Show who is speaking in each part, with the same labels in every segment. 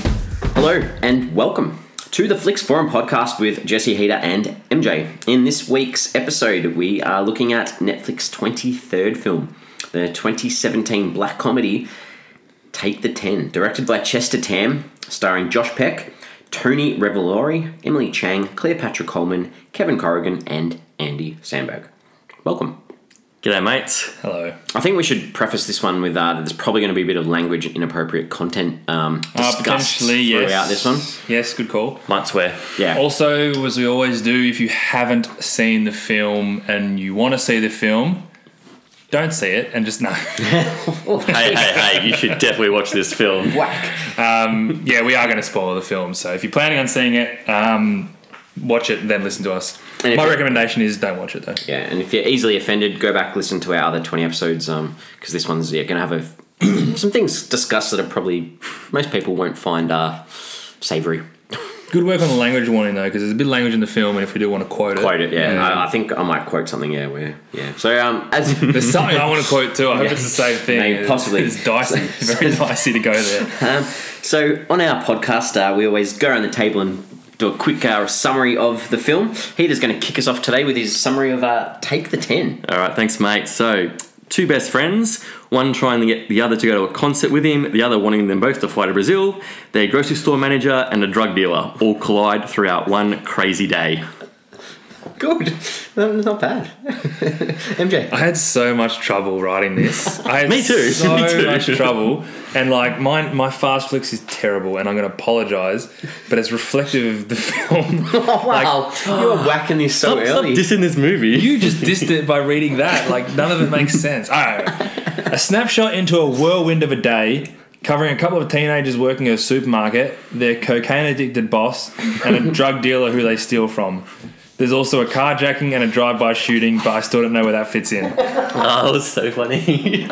Speaker 1: Hello and welcome to the Flicks Forum podcast with Jesse Heater and MJ. In this week's episode, we are looking at Netflix 23rd film, the 2017 black comedy Take the 10, directed by Chester Tam, starring Josh Peck, Tony Revolori, Emily Chang, Cleopatra Coleman, Kevin Corrigan, and Andy Sandberg. Welcome.
Speaker 2: G'day, mates.
Speaker 3: Hello.
Speaker 1: I think we should preface this one with uh, there's probably going to be a bit of language and inappropriate content um,
Speaker 3: Uh,
Speaker 1: discussed
Speaker 3: potentially, yes.
Speaker 1: throughout this one.
Speaker 3: Yes, good call.
Speaker 2: Might swear.
Speaker 1: Yeah.
Speaker 3: Also, as we always do, if you haven't seen the film and you want to see the film, don't see it and just no.
Speaker 2: Hey, hey, hey, you should definitely watch this film.
Speaker 1: Whack.
Speaker 3: um, yeah, we are going to spoil the film, so if you're planning on seeing it, um, watch it then listen to us.
Speaker 1: And if
Speaker 3: My
Speaker 1: you-
Speaker 3: recommendation is don't watch it though.
Speaker 1: Yeah, and if you're easily offended, go back listen to our other twenty episodes. Um, because this one's yeah gonna have a, some things discussed that are probably most people won't find uh savory.
Speaker 3: Good work on the language warning though, because there's a bit of language in the film, and if we do want to quote,
Speaker 1: Quote it.
Speaker 3: it,
Speaker 1: Yeah, I, I think I might quote something. Yeah, where yeah. So um, as
Speaker 3: there's something I want to quote too. I hope it's the same thing.
Speaker 1: Maybe,
Speaker 3: It's-
Speaker 1: possibly.
Speaker 3: it's dicey, very dicey to go there.
Speaker 1: Um, so on our podcast, uh, we always go around the table and do a quick uh, summary of the film. Heater's going to kick us off today with his summary of uh, Take the Ten.
Speaker 2: All right, thanks, mate. So, two best friends, one trying to get the other to go to a concert with him, the other wanting them both to fly to Brazil, their grocery store manager, and a drug dealer all collide throughout one crazy day.
Speaker 1: Good, No, not bad. MJ,
Speaker 3: I had so much trouble writing this. I had
Speaker 2: Me too.
Speaker 3: So
Speaker 2: Me too.
Speaker 3: much trouble, and like my my fast flicks is terrible, and I'm going to apologize, but it's reflective of the film.
Speaker 1: oh, wow, you were whacking this so
Speaker 2: Stop, stop
Speaker 1: early.
Speaker 2: dissing this movie.
Speaker 3: You just dissed it by reading that. Like none of it makes sense. All right. A snapshot into a whirlwind of a day, covering a couple of teenagers working at a supermarket, their cocaine addicted boss, and a drug dealer who they steal from. There's also a carjacking and a drive-by shooting, but I still don't know where that fits in.
Speaker 2: Oh, it's so funny.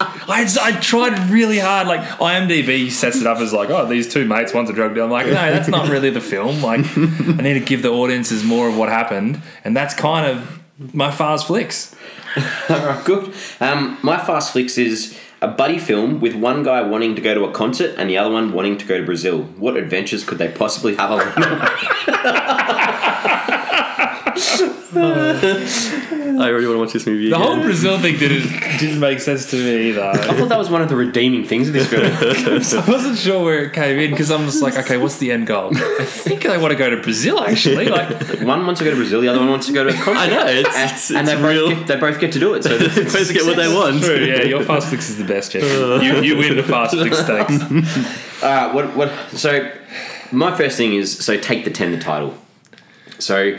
Speaker 3: I, I tried really hard. Like IMDb sets it up as like, oh, these two mates, one's a drug dealer. I'm like, no, that's not really the film. Like, I need to give the audiences more of what happened, and that's kind of my fast flicks.
Speaker 1: Good. Um, my fast flicks is a buddy film with one guy wanting to go to a concert and the other one wanting to go to Brazil. What adventures could they possibly have along the way?
Speaker 2: I really want to watch this movie.
Speaker 3: The
Speaker 2: again.
Speaker 3: whole Brazil thing didn't didn't make sense to me either.
Speaker 1: I thought that was one of the redeeming things of this film.
Speaker 3: I wasn't sure where it came in because I'm just like, okay, what's the end goal? I think I want to go to Brazil actually. Like,
Speaker 1: one wants to go to Brazil, the other one wants to go to a concert.
Speaker 2: I know, it's,
Speaker 1: And,
Speaker 2: it's,
Speaker 1: and
Speaker 2: it's
Speaker 1: they,
Speaker 2: real.
Speaker 1: both get, they both get to do it. So
Speaker 2: They're supposed to get what they want.
Speaker 3: true, yeah, your fast flicks is the best, Jeff. You, you win the fast flick stakes.
Speaker 1: Uh, what, what, so, my first thing is so take the 10, the title. So,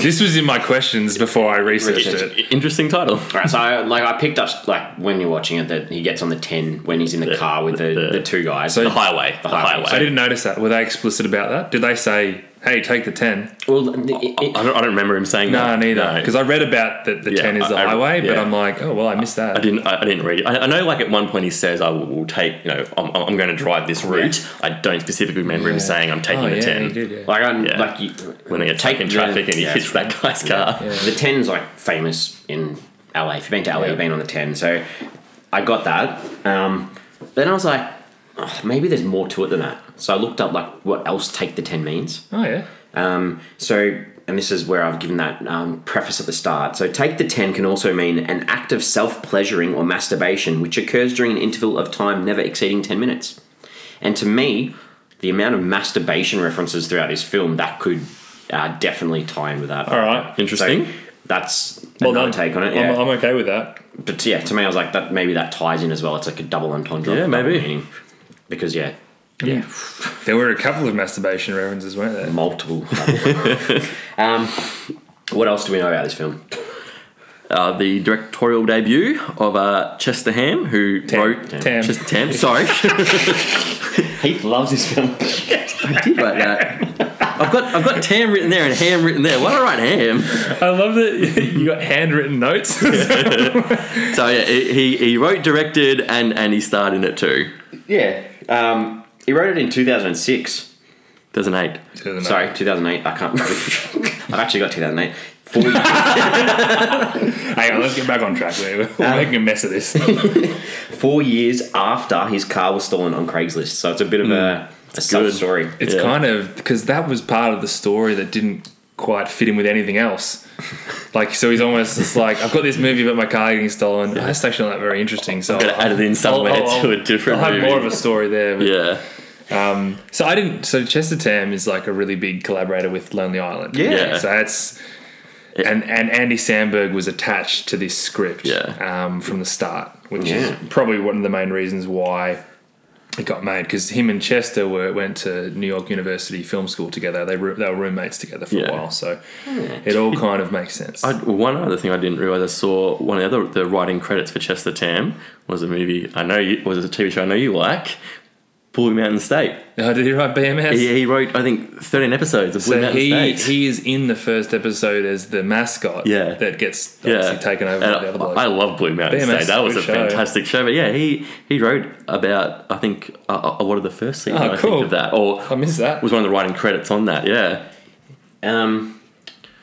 Speaker 3: This was in my questions before I researched
Speaker 1: Researched
Speaker 3: it.
Speaker 2: Interesting title.
Speaker 1: Right, so I, like I picked up like when you're watching it that he gets on the ten when he's in the, car with the, the,
Speaker 2: the-
Speaker 1: two guys.
Speaker 2: The highway. The
Speaker 1: highway.
Speaker 2: highway.
Speaker 3: I didn't notice that. Were they explicit about that? Did they say, "Hey, take the 10?
Speaker 1: well, it-
Speaker 2: I
Speaker 1: it-
Speaker 2: don't, I don't remember him saying
Speaker 3: No,
Speaker 2: that.
Speaker 3: neither. Because I read about that the
Speaker 2: Yeah,
Speaker 3: ten is the
Speaker 2: I- I-
Speaker 3: highway, but
Speaker 2: yeah.
Speaker 3: I'm like, oh well, I missed that.
Speaker 2: I didn't. I, I didn't read. it. I, I know, like at one point he says, "I will, will take." You know, I'm, I'm going to drive this route. I don't specifically remember him saying, "I'm taking
Speaker 3: Oh,
Speaker 2: the
Speaker 3: yeah,
Speaker 2: ten.
Speaker 3: he did, yeah.
Speaker 1: like I'm
Speaker 2: Yeah.
Speaker 1: like you,
Speaker 2: When they get
Speaker 1: Take
Speaker 2: taken in
Speaker 1: the-
Speaker 2: traffic and he
Speaker 1: yeah,
Speaker 2: hits that guy's car.
Speaker 1: the ten's like famous in LA. If you've been to LA, you've been on the ten. So I got that. Um, then I was like, oh, maybe there's more to it than that. So I looked up like what else take the ten means.
Speaker 3: Oh yeah.
Speaker 1: Um, so, and this is where I've given that um, preface at the start. So, take the 10 can also mean an act of self pleasuring or masturbation, which occurs during an interval of time never exceeding 10 minutes. And to me, the amount of masturbation references throughout this film, that could uh, definitely tie in with that.
Speaker 3: All right.
Speaker 2: Interesting.
Speaker 1: So that's
Speaker 3: Well
Speaker 1: another
Speaker 3: done.
Speaker 1: take on it.
Speaker 3: I'm-
Speaker 1: Yeah.
Speaker 3: I'm, okay with that.
Speaker 1: but yeah, to me, I was like, that maybe that ties in as well. It's like a double entendre.
Speaker 2: Yeah,
Speaker 1: double
Speaker 2: maybe.
Speaker 1: meaning. Because, yeah,
Speaker 3: There were a couple of masturbation references, weren't there?
Speaker 1: multiple. um, what else do we know about this film?
Speaker 2: Uh, the directorial debut of uh, Chester Ham, who wrote
Speaker 3: Tam.
Speaker 2: Chester Tam. Sorry,
Speaker 1: Heath loves this film.
Speaker 2: I did write that. uh, I've got I've got Tam written there and Ham written there. Why did I write Ham?
Speaker 3: I love that you got handwritten notes.
Speaker 2: So yeah, he he- he wrote, directed, and and he starred in it too.
Speaker 1: yeah. Um, he wrote it in 2006.
Speaker 2: Doesn't eight.
Speaker 3: To the note.
Speaker 1: Sorry, 2008. I can't. I've actually got 2008. Fully,
Speaker 3: Hang on, let's get back on track. We're, we're making a mess of this.
Speaker 1: four years after his car was stolen on Craigslist. So it's a bit of a, a sub
Speaker 2: good.
Speaker 1: story.
Speaker 3: It's
Speaker 2: Yeah.
Speaker 3: kind of because that was part of the story that didn't quite fit in with anything else. Like, so he's almost just like, I've got this movie about my car getting stolen. That's actually not very interesting. So
Speaker 2: Gotta add it in somewhere to a different
Speaker 3: I'll have
Speaker 2: movie.
Speaker 3: more of a story there. But,
Speaker 2: yeah.
Speaker 3: Um, so I didn't. So Chester Tam is like a really big collaborator with Lonely Island.
Speaker 1: Yeah.
Speaker 2: Yeah.
Speaker 3: So that's. And, and Andy Sandberg was attached to this script
Speaker 2: Yeah.
Speaker 3: um, from the start, which
Speaker 1: Yeah.
Speaker 3: is probably one of the main reasons why it got made because him and Chester were went to New York University Film School together. They were, they were roommates together for
Speaker 2: Yeah.
Speaker 3: a while, so it all kind of makes sense.
Speaker 2: I, one other thing I didn't realize I saw one of the other the writing credits for Chester Tam was a movie I know you, was a TV show I know you like, Blue Mountain State.
Speaker 3: oh, did he write BMS?
Speaker 2: Yeah, he wrote I think thirteen episodes of Blue
Speaker 3: So
Speaker 2: Mountain
Speaker 3: he,
Speaker 2: State.
Speaker 3: he is in the first episode as the mascot
Speaker 2: Yeah.
Speaker 3: that gets
Speaker 2: yeah,
Speaker 3: obviously taken over
Speaker 2: And
Speaker 3: by the other bloke.
Speaker 2: I love Blue Mountain
Speaker 3: BMS,
Speaker 2: State. That was a
Speaker 3: good show.
Speaker 2: fantastic show. But yeah, he he wrote about I think a, a a lot of the first season.
Speaker 3: Oh,
Speaker 2: I
Speaker 3: cool.
Speaker 2: think of that, or
Speaker 3: I missed that.
Speaker 2: was one of the writing credits on that. Yeah,
Speaker 1: Um,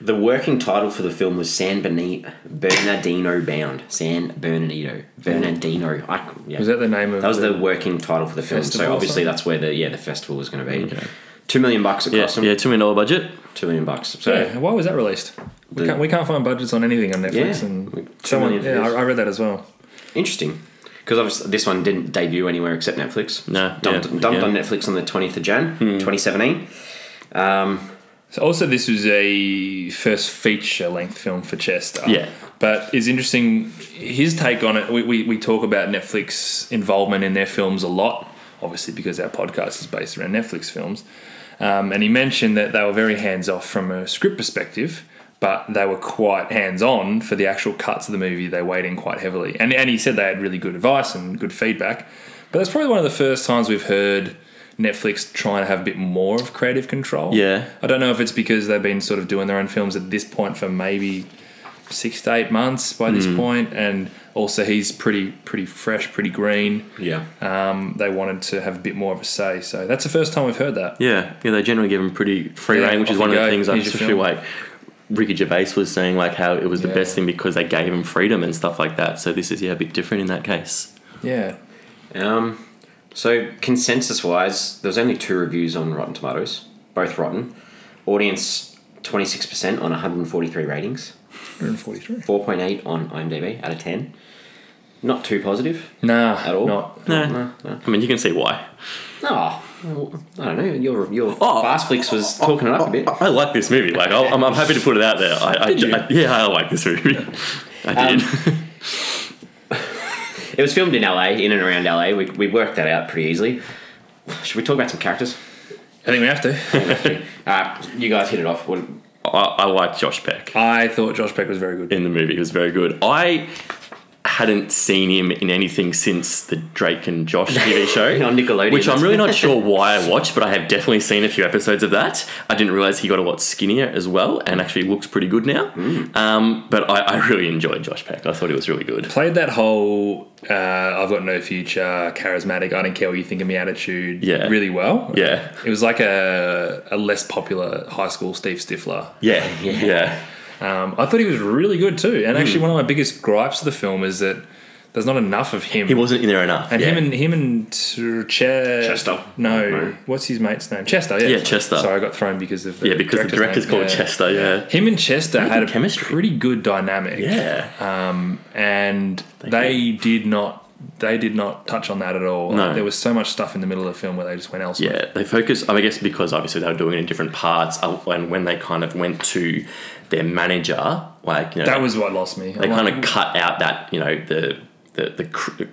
Speaker 1: the working title for the film was San Beni- Bernardino Bound. San Bernardino. Bernardino. I, yeah.
Speaker 3: Was that the name of
Speaker 1: That was
Speaker 3: the-
Speaker 1: the working title for the film. So
Speaker 3: Festival or
Speaker 1: obviously
Speaker 3: something?
Speaker 1: that's where the yeah the festival was going to be. Two million bucks it
Speaker 2: yeah,
Speaker 1: cost them.
Speaker 2: yeah. Two million dollar budget.
Speaker 1: Two million bucks. So
Speaker 3: Yeah, why was that released? We
Speaker 1: The-
Speaker 3: can't, we can't find budgets on anything on Netflix,
Speaker 1: Yeah, we-
Speaker 3: and
Speaker 1: two
Speaker 3: someone
Speaker 1: million for
Speaker 3: yeah, I,
Speaker 1: this.
Speaker 3: I read that as well.
Speaker 1: interesting. Because this one didn't debut anywhere except Netflix.
Speaker 2: No,
Speaker 1: Dumped,
Speaker 2: yeah,
Speaker 1: dumped
Speaker 2: yeah.
Speaker 1: on Netflix on the 20th of Jan,
Speaker 3: Hmm.
Speaker 1: 2017. Um,
Speaker 3: So also, this was a first feature length film for Chester.
Speaker 2: Yeah.
Speaker 3: but it's interesting his take on it. We, we we talk about Netflix involvement in their films a lot, obviously because our podcast is based around Netflix films. Um, and he mentioned that they were very hands off from a script perspective, but they were quite hands on for the actual cuts of the movie. They weighed in quite heavily, and and he said they had really good advice and good feedback. But that's probably one of the first times we've heard Netflix trying to have a bit more of creative control.
Speaker 2: Yeah.
Speaker 3: I don't know if it's because they've been sort of doing their own films at this point for maybe six to eight months by this point, and also he's pretty pretty fresh, pretty green.
Speaker 1: yeah.
Speaker 3: Um, they wanted to have a bit more of a say, so that's the first time we've heard that.
Speaker 2: Yeah, yeah, they generally give him pretty free
Speaker 3: Yeah,
Speaker 2: reign, which is
Speaker 3: off
Speaker 2: one
Speaker 3: you
Speaker 2: of the
Speaker 3: go,
Speaker 2: things I
Speaker 3: here's your
Speaker 2: especially
Speaker 3: film.
Speaker 2: like Ricky Gervais was saying, like how it was the
Speaker 3: Yeah.
Speaker 2: best thing because they gave him freedom and stuff like that. So this is yeah a bit different in that case.
Speaker 3: Yeah,
Speaker 1: Um, so consensus wise, there was only two reviews on Rotten Tomatoes, both rotten. Audience twenty six percent on one hundred and forty three ratings,
Speaker 3: 143.
Speaker 1: four point eight on IMDb out of ten. Not too positive
Speaker 3: Nah,
Speaker 1: at all.
Speaker 3: Not.
Speaker 2: Nah.
Speaker 1: No, no.
Speaker 2: I mean, you can see why.
Speaker 1: Oh, well, I don't know. Your your
Speaker 2: Oh.
Speaker 1: fast flicks was talking it up a bit.
Speaker 2: I, I like this movie. Like I'll- I'm, I'm happy to put it out there. I, I,
Speaker 3: Did you? Um,
Speaker 2: I- yeah, I like this movie. I did.
Speaker 1: It was filmed in LA, in and around LA. We we worked that out pretty easily. Should we talk about some characters?
Speaker 3: I think we have to.
Speaker 1: Uh, you guys hit it off. What,
Speaker 2: I, I like Josh Peck
Speaker 3: I thought Josh Peck was very good.
Speaker 2: in the movie. He was very good. I hadn't seen him in anything since the Drake and Josh TV show
Speaker 1: on Nickelodeon,
Speaker 2: Which I'm really not sure why I watched, but I have definitely seen a few episodes of that. I didn't realize he got a lot skinnier as well, and actually looks pretty good now. Um, but I, I really enjoyed Josh Peck. I thought he was really good.
Speaker 3: Played that whole uh, I've got no future, charismatic, I don't care what you think of me attitude
Speaker 2: Yeah.
Speaker 3: really well.
Speaker 2: Yeah,
Speaker 3: It was like a, a less popular high school Steve Stifler.
Speaker 2: yeah, yeah, yeah.
Speaker 3: Um, I thought he was really good too. And
Speaker 2: Hmm.
Speaker 3: actually, one of my biggest gripes of the film is that there's not enough of him.
Speaker 2: He wasn't in there enough.
Speaker 3: and
Speaker 2: yeah.
Speaker 3: him and him and Ch-
Speaker 1: Chester.
Speaker 3: No,
Speaker 1: No.
Speaker 3: what's his mate's name? Chester. Yeah,
Speaker 2: Yeah, Chester.
Speaker 3: Sorry, I got thrown because of the
Speaker 2: yeah, because the director's
Speaker 3: name.
Speaker 2: called
Speaker 3: Yeah.
Speaker 2: Chester. Yeah,
Speaker 3: Him and Chester had a
Speaker 2: chemistry.
Speaker 3: pretty good dynamic.
Speaker 2: yeah.
Speaker 3: Um, and they, did not. They did not touch on that at all.
Speaker 2: No.
Speaker 3: Like, there was so much stuff in the middle of the film where they just went elsewhere.
Speaker 2: Yeah, they focus. I guess because obviously they were doing it in different parts, uh, and when they kind of went to their manager, like you know,
Speaker 3: That was what lost me.
Speaker 2: they kind of cut out that you know the the the. Cr-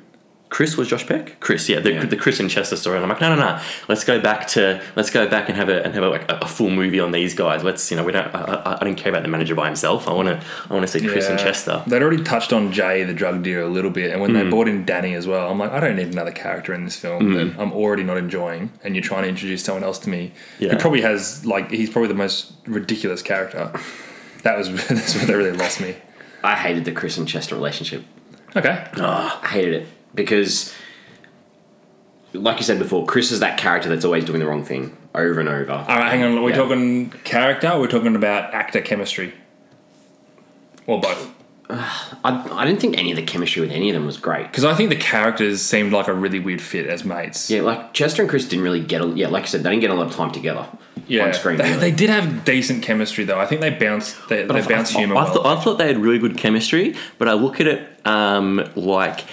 Speaker 2: Chris was Josh Peck. Chris, yeah, the,
Speaker 1: Yeah.
Speaker 2: the Chris and Chester story. And I'm like, no, no, no. Let's go back to let's go back and have a and have a, like a, a full movie on these guys. Let's you know we don't. I, I, I don't care about the manager by himself. I want to I want to see Chris and
Speaker 3: Yeah.
Speaker 2: Chester. Hmm.
Speaker 3: They'd already touched on Jay, the drug dealer, a little bit, and when they brought in Danny as well, I'm like, I don't need another character in this film that I'm already not enjoying, and you're trying to introduce someone else to me.
Speaker 2: Yeah.
Speaker 3: He probably has like he's probably the most ridiculous character. That was that's where they really lost me.
Speaker 1: I hated the Chris and Chester relationship.
Speaker 3: Okay,
Speaker 1: I hated it because, like you said before, Chris is that character that's always doing the wrong thing over and over.
Speaker 3: all right, hang on. We're
Speaker 1: Yeah.
Speaker 3: talking character. We're talking about actor chemistry. or both?
Speaker 1: I, I didn't think any of the chemistry with any of them was great.
Speaker 3: Because I think the characters seemed like a really weird fit as mates.
Speaker 1: Yeah, like Chester and Chris didn't really get. A, yeah, like I said, they didn't get a lot of time together
Speaker 3: Yeah.
Speaker 1: on screen.
Speaker 3: they,
Speaker 1: really.
Speaker 3: they did have decent chemistry though. I think they bounced. They, they
Speaker 2: I-
Speaker 3: bounced
Speaker 2: I,
Speaker 3: humor.
Speaker 2: I,
Speaker 3: well.
Speaker 2: thought, I thought they had really good chemistry, but I look at it um, like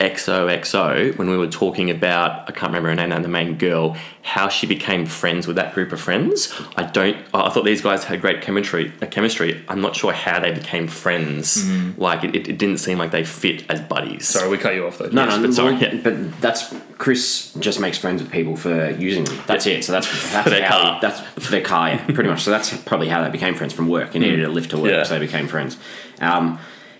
Speaker 2: XOXO when we were talking about I can't remember her name now, the main girl, how she became friends with that group of friends. I don't. I I thought these guys had great chemistry. uh, Chemistry. I'm not sure how they became friends. Like it, it, it didn't seem like they fit as buddies.
Speaker 3: Mm-hmm. Sorry, we cut you off though.
Speaker 1: no,
Speaker 2: yes,
Speaker 1: no,
Speaker 2: but sorry,
Speaker 1: well,
Speaker 2: yeah.
Speaker 1: but that's Chris just makes friends with people for using them. That's it. So that's that's
Speaker 2: their
Speaker 1: how,
Speaker 2: car.
Speaker 1: That's for their car, yeah, pretty much. So that's probably how they became friends from work. You needed a lift to work,
Speaker 2: Mm. Yeah.
Speaker 1: so they became friends. Um,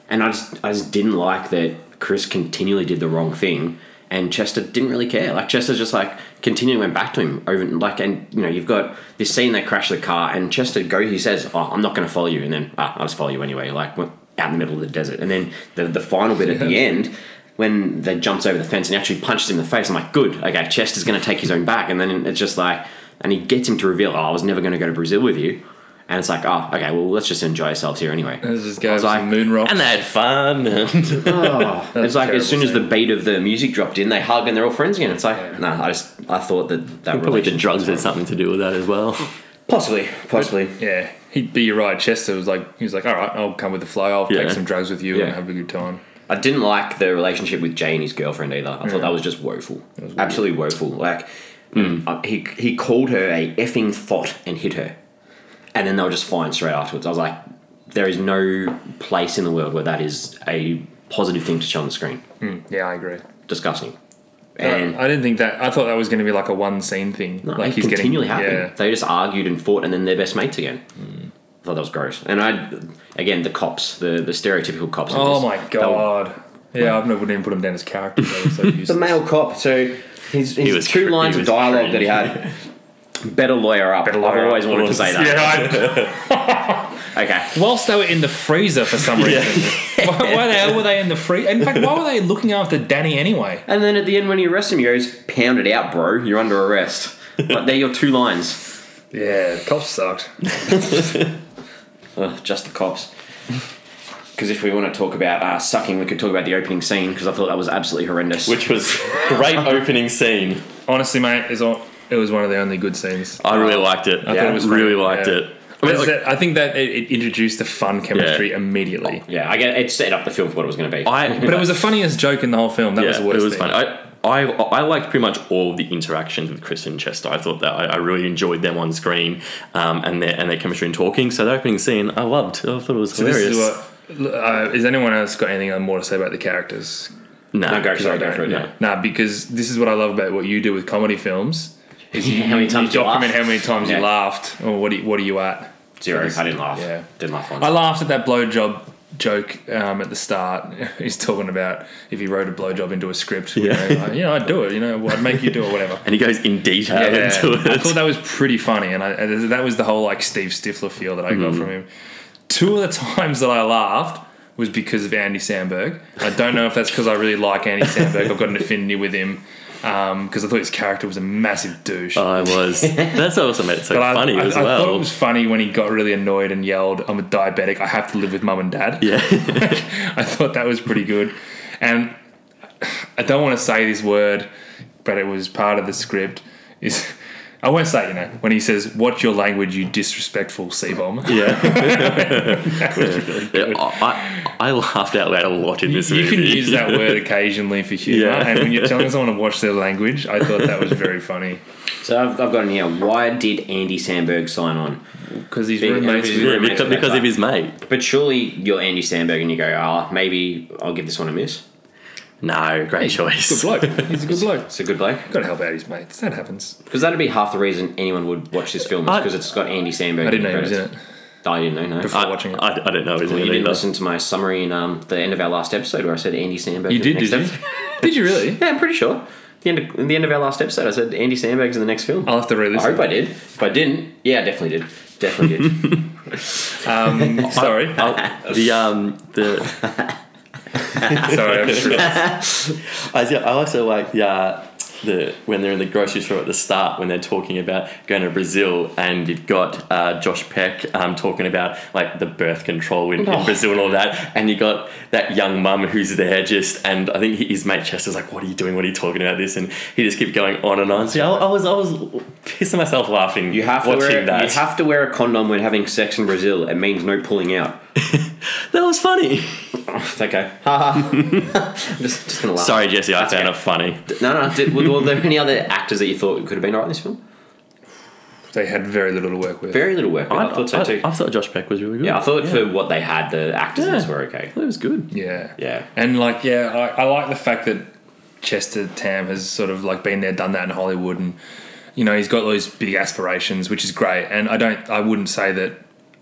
Speaker 1: and I just I just didn't like that Chris continually did the wrong thing. And Chester didn't really care. Like Chester's just like continually went back to him over like, and you know you've got this scene they crash the car, and Chester go he says, "Oh, I'm not going to follow you," and then ah, I'll just follow you anyway. Like what, out in the middle of the desert, and then the the final bit at the end when they jumps over the fence and actually punches him in the face. I'm like, good, okay, Chester's going to take his own back, and then it's just like, and he gets him to reveal, oh, I was never going to go to Brazil with you, and it's like, oh, okay, well, let's just enjoy ourselves here anyway.
Speaker 3: This is guys
Speaker 1: like-
Speaker 3: like, moon rock.
Speaker 2: And they had fun. and-
Speaker 1: It's like as
Speaker 3: terrible
Speaker 1: soon as the
Speaker 3: scene.
Speaker 1: beat of the music dropped in, they hug and they're all friends again. It's like, no, I just I thought that that
Speaker 2: Probably the
Speaker 1: relationship
Speaker 2: drugs
Speaker 1: was
Speaker 2: had
Speaker 1: horrible.
Speaker 2: something to do with that as well.
Speaker 1: possibly, possibly.
Speaker 3: yeah, he, but you're right. Chester was like, he was like, all right, I'll come with the flow. I'll
Speaker 2: Yeah.
Speaker 3: take some drugs with you
Speaker 1: Yeah.
Speaker 3: and have a good time.
Speaker 1: I didn't like the relationship with Jay and his girlfriend either. I thought that was just woeful, absolutely woeful. Like uh, he he called her a effing thot and hit her, and then they were just fine straight afterwards. I was like, there is no place in the world where that is a positive thing to show on the screen.
Speaker 3: Yeah, I agree.
Speaker 1: Disgusting.
Speaker 3: And
Speaker 1: And
Speaker 3: Um, I didn't think that. I thought that was going to be like a one scene thing.
Speaker 1: no,
Speaker 3: like
Speaker 1: it continually
Speaker 3: getting,
Speaker 1: happened. They just argued and fought, and then they're best mates again.
Speaker 3: Hmm.
Speaker 1: I thought that was gross. And I, again, the cops, the the stereotypical cops. in
Speaker 3: Oh
Speaker 1: this,
Speaker 3: my
Speaker 1: they were
Speaker 3: god. Yeah, I've never wouldn't even put him down as character. They were so useless.
Speaker 1: the male cop. So his, his
Speaker 2: was
Speaker 1: two
Speaker 2: cr-
Speaker 1: lines
Speaker 2: he
Speaker 1: of
Speaker 2: was
Speaker 1: dialogue that he had. Better lawyer up. I've
Speaker 3: lawyer
Speaker 1: always
Speaker 3: up.
Speaker 1: wanted to say that.
Speaker 3: Yeah,
Speaker 1: Okay.
Speaker 3: I, whilst they were in the freezer for some reason. why, why the hell were they in the freezer? In fact, why were they looking after Danny anyway?
Speaker 1: And then at the end, when he arrests him, he goes, "Pound it out, bro. You're under arrest." but they're your two lines.
Speaker 3: Yeah, the cops sucked.
Speaker 1: Ugh, just the cops. Because if we want to talk about uh, sucking, we could talk about the opening scene because I thought that was absolutely horrendous.
Speaker 2: Which was great opening scene.
Speaker 3: Honestly, mate, it's all, it was one of the only good scenes.
Speaker 2: I really liked it. I
Speaker 3: thought it was funny,
Speaker 2: really liked
Speaker 3: yeah.
Speaker 2: it. I mean,
Speaker 3: It's
Speaker 2: look,
Speaker 3: that- I think that it, it introduced the fun chemistry immediately.
Speaker 1: yeah, I get it set up the film for what it was going to be.
Speaker 2: I
Speaker 3: But it was the funniest joke in the whole film. That was
Speaker 2: yeah,
Speaker 3: the worst.
Speaker 2: it was
Speaker 3: thing.
Speaker 2: fun. I, I I liked pretty much all of the interactions with Chris and Chester. I thought that I, I really enjoyed them on screen um, and their and their chemistry and talking. So the opening scene I loved. I thought it was
Speaker 3: This
Speaker 2: hilarious.
Speaker 3: is what. Uh, is anyone else got anything more to say about the characters?
Speaker 2: no,
Speaker 1: no, go, sorry,
Speaker 3: I
Speaker 1: go
Speaker 3: don't
Speaker 1: for it.
Speaker 2: know.
Speaker 1: Yeah.
Speaker 3: Nah, because this is what I love about what you do with comedy films. Is you,
Speaker 1: How many times
Speaker 3: you
Speaker 1: you laugh?
Speaker 3: document how many times
Speaker 1: Yeah.
Speaker 3: you laughed or what? Are you, what are you at?
Speaker 1: Zero. I didn't laugh.
Speaker 3: Yeah.
Speaker 1: Didn't laugh once.
Speaker 3: I laughed at that blowjob joke um, at the start. He's talking about if he wrote a blowjob into a script. You
Speaker 2: Yeah.
Speaker 3: know, like, you know, I'd do it. You know, I'd make you do it, whatever.
Speaker 2: And he goes in detail
Speaker 3: Yeah,
Speaker 2: into
Speaker 3: I
Speaker 2: it.
Speaker 3: thought that was pretty funny, and, I, and that was the whole like Steve Stifler feel that I got from him. Two of the times that I laughed was because of Andy Sandberg. I don't know if that's because I really like Andy Sandberg. I've got an affinity with him because I thought his character was a massive douche.
Speaker 2: I was. That's what also made it so
Speaker 3: But I,
Speaker 2: funny
Speaker 3: I-
Speaker 2: as
Speaker 3: I
Speaker 2: well.
Speaker 3: thought it was funny when he got really annoyed and yelled, "I'm a diabetic. I have to live with mum and dad."
Speaker 2: yeah,
Speaker 3: I thought that was pretty good. And I don't want to say this word, but it was part of the script. Is I won't say, it, you know, when he says, What's your language, you disrespectful C bomb?
Speaker 2: yeah. Yeah, I, I I laughed out loud a lot in this
Speaker 3: You
Speaker 2: movie.
Speaker 3: can use that word occasionally for humor.
Speaker 2: Yeah.
Speaker 3: And when you're telling someone to watch their language, I thought that was very funny.
Speaker 1: So I've, I've got in here. Why did Andy Sandberg sign on?
Speaker 3: Because he's
Speaker 1: Big
Speaker 3: roommates
Speaker 1: energy.
Speaker 3: with
Speaker 2: Yeah, because, because of his mate.
Speaker 1: But surely you're Andy Sandberg and you go, ah, maybe I'll give this one a miss.
Speaker 2: No, great
Speaker 3: Good
Speaker 2: choice.
Speaker 3: bloke. He's a good bloke.
Speaker 1: It's a good play.
Speaker 3: Gotta help out his mates. That happens.
Speaker 1: Because that'd be half the reason anyone would watch this film is
Speaker 2: I-
Speaker 1: because it's got Andy Sandberg.
Speaker 3: I didn't know
Speaker 1: in the
Speaker 3: he was in it.
Speaker 1: credits. I didn't know, no. Ah,
Speaker 3: Before-
Speaker 2: I,
Speaker 3: watching it.
Speaker 2: I, I don't know his
Speaker 1: you
Speaker 2: name
Speaker 1: didn't
Speaker 2: either.
Speaker 1: listen to my summary in um, the end of our last episode where I said Andy Sandberg.
Speaker 3: You
Speaker 1: in the next
Speaker 3: did, did you?
Speaker 1: episode.
Speaker 3: did you really?
Speaker 1: Yeah, I'm pretty sure. The end, of, the end of our last episode, I said Andy Sandberg's in the next film.
Speaker 3: I'll have to
Speaker 1: I
Speaker 3: re-listen.
Speaker 1: hope I did. If I didn't, yeah, I definitely did. Definitely did.
Speaker 3: Um, sorry.
Speaker 2: Oh, the um the
Speaker 3: sorry. I'm sure.
Speaker 2: I, see- I also like the uh, the when they're in the grocery store at the start when they're talking about going to Brazil and you've got uh, Josh Peck um, talking about like the birth control in,
Speaker 1: Oh.
Speaker 2: in Brazil and all that and you got that young mum who's there just and I think his mate Chester's like what are you doing what are you talking about this and he just keeps going on and on so yeah, I, I was I was pissing myself laughing
Speaker 1: You have to
Speaker 2: watching
Speaker 1: wear
Speaker 2: that
Speaker 1: you have to wear a condom when having sex in Brazil. It means no pulling out.
Speaker 2: that was funny
Speaker 1: okay. Haha. I'm just just gonna laugh.
Speaker 2: sorry Jesse I
Speaker 1: That's
Speaker 2: found
Speaker 1: okay.
Speaker 2: it funny
Speaker 1: No, no. Did, were, were there any other actors that you thought could have been alright in this film?
Speaker 3: They had very little to work with.
Speaker 1: Very little work. I, I thought so too.
Speaker 2: I thought Josh Peck was really good
Speaker 1: yeah, I thought for what they had, the actors in this
Speaker 2: Yeah.
Speaker 1: were okay.
Speaker 2: it was good
Speaker 3: yeah.
Speaker 1: Yeah.
Speaker 3: And like, yeah, I, I like the fact that Chester Tam has sort of like been there, done that in Hollywood, and you know he's got those big aspirations, which is great. And I don't, I wouldn't say that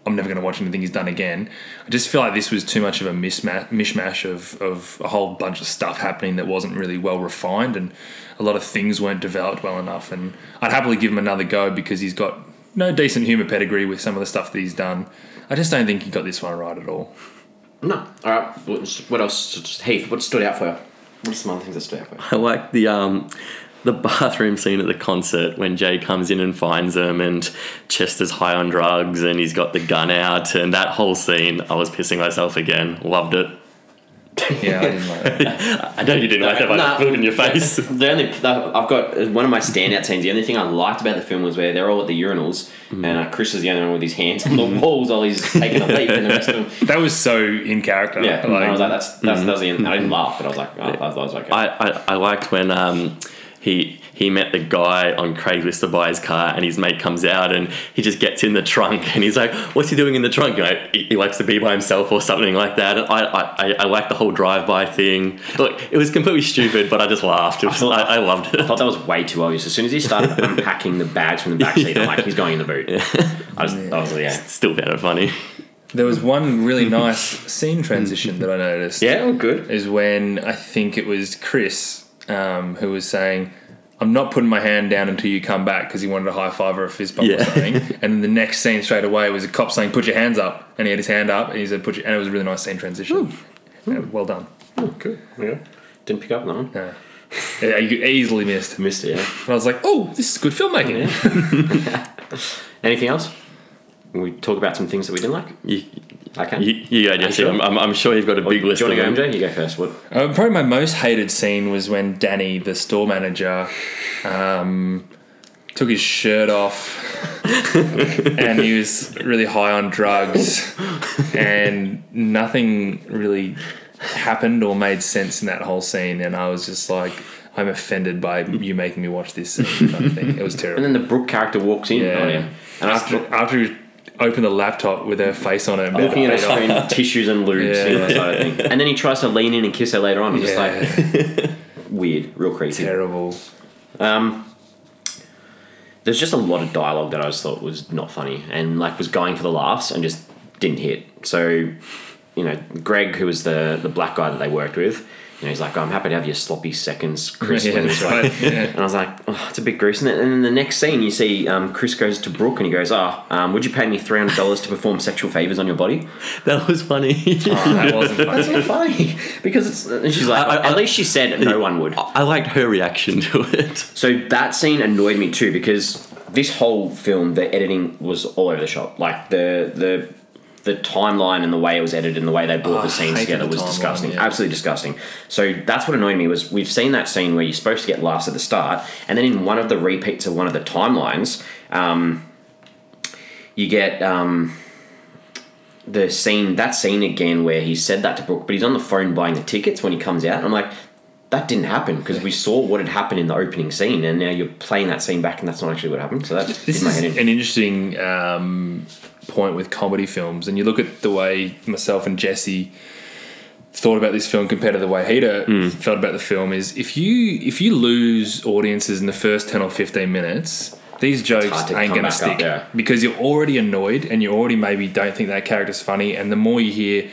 Speaker 3: I'm never going to watch anything he's done again. I just feel like this was too much of a mismatch, mishmash of of a whole bunch of stuff happening that wasn't really well refined, and a lot of things weren't developed well enough. And I'd happily give him another go because he's got no decent humor pedigree with some of the stuff that he's done. I just don't think he got this one right at all.
Speaker 1: No. All right. What what else? Heath, what stood out for you? What are some other things that stood out for you?
Speaker 2: I like the um, the bathroom scene at the concert when Jay comes in and finds him, and Chester's high on drugs, and he's got the gun out, and that whole scene. I was pissing myself again. Loved it.
Speaker 3: Yeah, I didn't like that.
Speaker 2: I know you didn't like that, but I
Speaker 1: Nah.
Speaker 2: just put it in your face.
Speaker 1: The only I've got uh, one of my standout scenes. The only thing I liked about the film was where they're all at the urinals, and uh, Chris is the only one with his hands on the walls while he's taking a leak, and the rest of them.
Speaker 3: That was so in character.
Speaker 1: Yeah, and I was like,
Speaker 3: Like,
Speaker 1: that's that's that was the end. I didn't laugh, but I was like, oh, I was like,
Speaker 2: I, I, I liked when um, he he met the guy on Craigslist to buy his car, and his mate comes out, and he just gets in the trunk, and he's like, "What's he doing in the trunk?" You know, he, he likes to be by himself or something like that. And I I, I, I like the whole drive by thing. Look, it was completely stupid, but I just laughed. It was, I, I loved
Speaker 1: I
Speaker 2: it.
Speaker 1: thought that was way too obvious. As soon as he started unpacking the bags from the back seat, I'm like, he's going in the boot. I was, I was, yeah.
Speaker 2: Still found it funny.
Speaker 3: there was one really nice scene transition that I noticed.
Speaker 1: Yeah, good.
Speaker 3: Is when I think it was Chris um, who was saying, I'm not putting my hand down until you come back because he wanted a high five or a fist bump or
Speaker 2: Yeah.
Speaker 3: something. And then the next scene straight away was a cop saying, Put your hands up. And he had his hand up and he said, Put your, and it was a really nice scene transition. Yeah, well done.
Speaker 1: Good. Yeah. Didn't pick up that one.
Speaker 3: Yeah. Yeah, you easily missed. And
Speaker 1: Missed it, yeah.
Speaker 3: I was like, Oh, this is good filmmaking.
Speaker 1: Anything else? Can we talk about some things that we didn't like?
Speaker 2: You,
Speaker 1: Okay.
Speaker 2: you, you go, Jesse.
Speaker 1: sure?
Speaker 2: I'm, I'm, I'm sure you've got a big list
Speaker 1: Do you
Speaker 2: of
Speaker 1: want to
Speaker 2: them.
Speaker 1: go, MJ? You go first. What?
Speaker 3: Uh, probably my most hated scene was when Danny, the store manager, um, took his shirt off and he was really high on drugs, and nothing really happened or made sense in that whole scene. And I was just like, I'm offended by you making me watch this scene. Kind of thing. It was
Speaker 1: And
Speaker 3: terrible.
Speaker 1: then Oh, the Brooke character walks in on
Speaker 3: Yeah.
Speaker 1: him.
Speaker 3: And after, after he opened the laptop with her face on it, and
Speaker 1: Looking at a screen, tissues and lubes,
Speaker 3: Yeah.
Speaker 1: and that sort of thing. And then he tries to lean in and kiss her later on. I'm just
Speaker 3: yeah,
Speaker 1: like, weird, real creepy.
Speaker 3: terrible.
Speaker 1: Um, there's just a lot of dialogue that I just thought was not funny and like was going for the laughs and just didn't hit. So, you know, Greg, who was the the black guy that they worked with, you know, he's like, "I'm happy to have your sloppy seconds, Chris."
Speaker 3: Yeah,
Speaker 1: when
Speaker 3: that's
Speaker 1: he's like-
Speaker 3: right. Yeah.
Speaker 1: And I was like, oh, it's a bit gruesome. And then the next scene, you see um, Chris goes to Brooke and he goes, "Ah, um, would you pay me three hundred dollars to perform sexual favors on your body?"
Speaker 2: That was funny.
Speaker 3: That wasn't funny.
Speaker 1: That's not funny because it's. And she's like,
Speaker 2: I- I-
Speaker 1: at least she said no one would.
Speaker 2: I liked her reaction to it.
Speaker 1: So that scene annoyed me too because this whole film, the editing was all over the shop. Like the the the timeline and the way it was edited and the way they brought
Speaker 3: Oh, I
Speaker 1: the scenes
Speaker 3: hated
Speaker 1: together
Speaker 3: the
Speaker 1: was
Speaker 3: timeline,
Speaker 1: disgusting,
Speaker 3: yeah.
Speaker 1: absolutely disgusting. So that's what annoyed me was we've seen that scene where you're supposed to get laughs at the start, and then in one of the repeats of one of the timelines, um, you get. Um, the scene, that scene again, where he said that to Brooke, but he's on the phone buying the tickets when he comes out. And I'm like, that didn't happen because we saw what had happened in the opening scene, and now you're playing that scene back, and that's not actually what happened. So that's
Speaker 3: this
Speaker 1: in my
Speaker 3: is
Speaker 1: head.
Speaker 3: an interesting um, point with comedy films, and you look at the way myself and Jesse thought about this film compared to the way Heater
Speaker 1: Hmm.
Speaker 3: felt about the film is if you if you lose audiences in the first ten or fifteen minutes. These jokes
Speaker 1: hard to
Speaker 3: ain't
Speaker 1: come
Speaker 3: going to
Speaker 1: back up,
Speaker 3: stick
Speaker 1: yeah.
Speaker 3: because you're already annoyed and you already maybe don't think that character's funny. And the more you hear,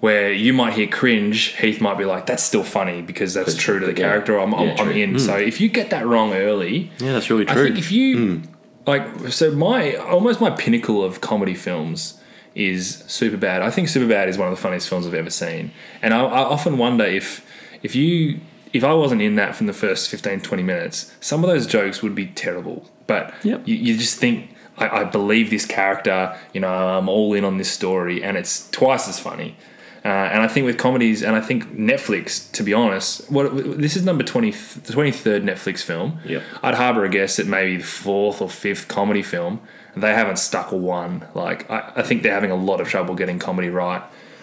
Speaker 3: where you might hear cringe, Heath might be like, "That's still funny because that's true to the
Speaker 1: yeah.
Speaker 3: character. I'm, I'm,
Speaker 1: Yeah,
Speaker 3: I'm
Speaker 1: true. Hmm.
Speaker 3: in." So if you get that wrong early,
Speaker 2: Yeah, that's really
Speaker 3: I think if you
Speaker 2: Hmm.
Speaker 3: like, so my almost my pinnacle of comedy films is Superbad. I think Superbad is one of the funniest films I've ever seen, and I, I often wonder if if you if I wasn't in that from the first 15, 20 minutes, some of those jokes would be terrible. But
Speaker 2: Yep.
Speaker 3: you, you just think, I, I believe this character, you know, I'm all in on this story, and it's twice as funny. Uh, and I think with comedies, and I think Netflix, to be honest, what this is number 20, the 23rd Netflix film.
Speaker 2: Yep.
Speaker 3: I'd harbour a guess at maybe the fourth or fifth comedy film. They haven't stuck a one. Like I, I think they're having a lot of trouble getting comedy right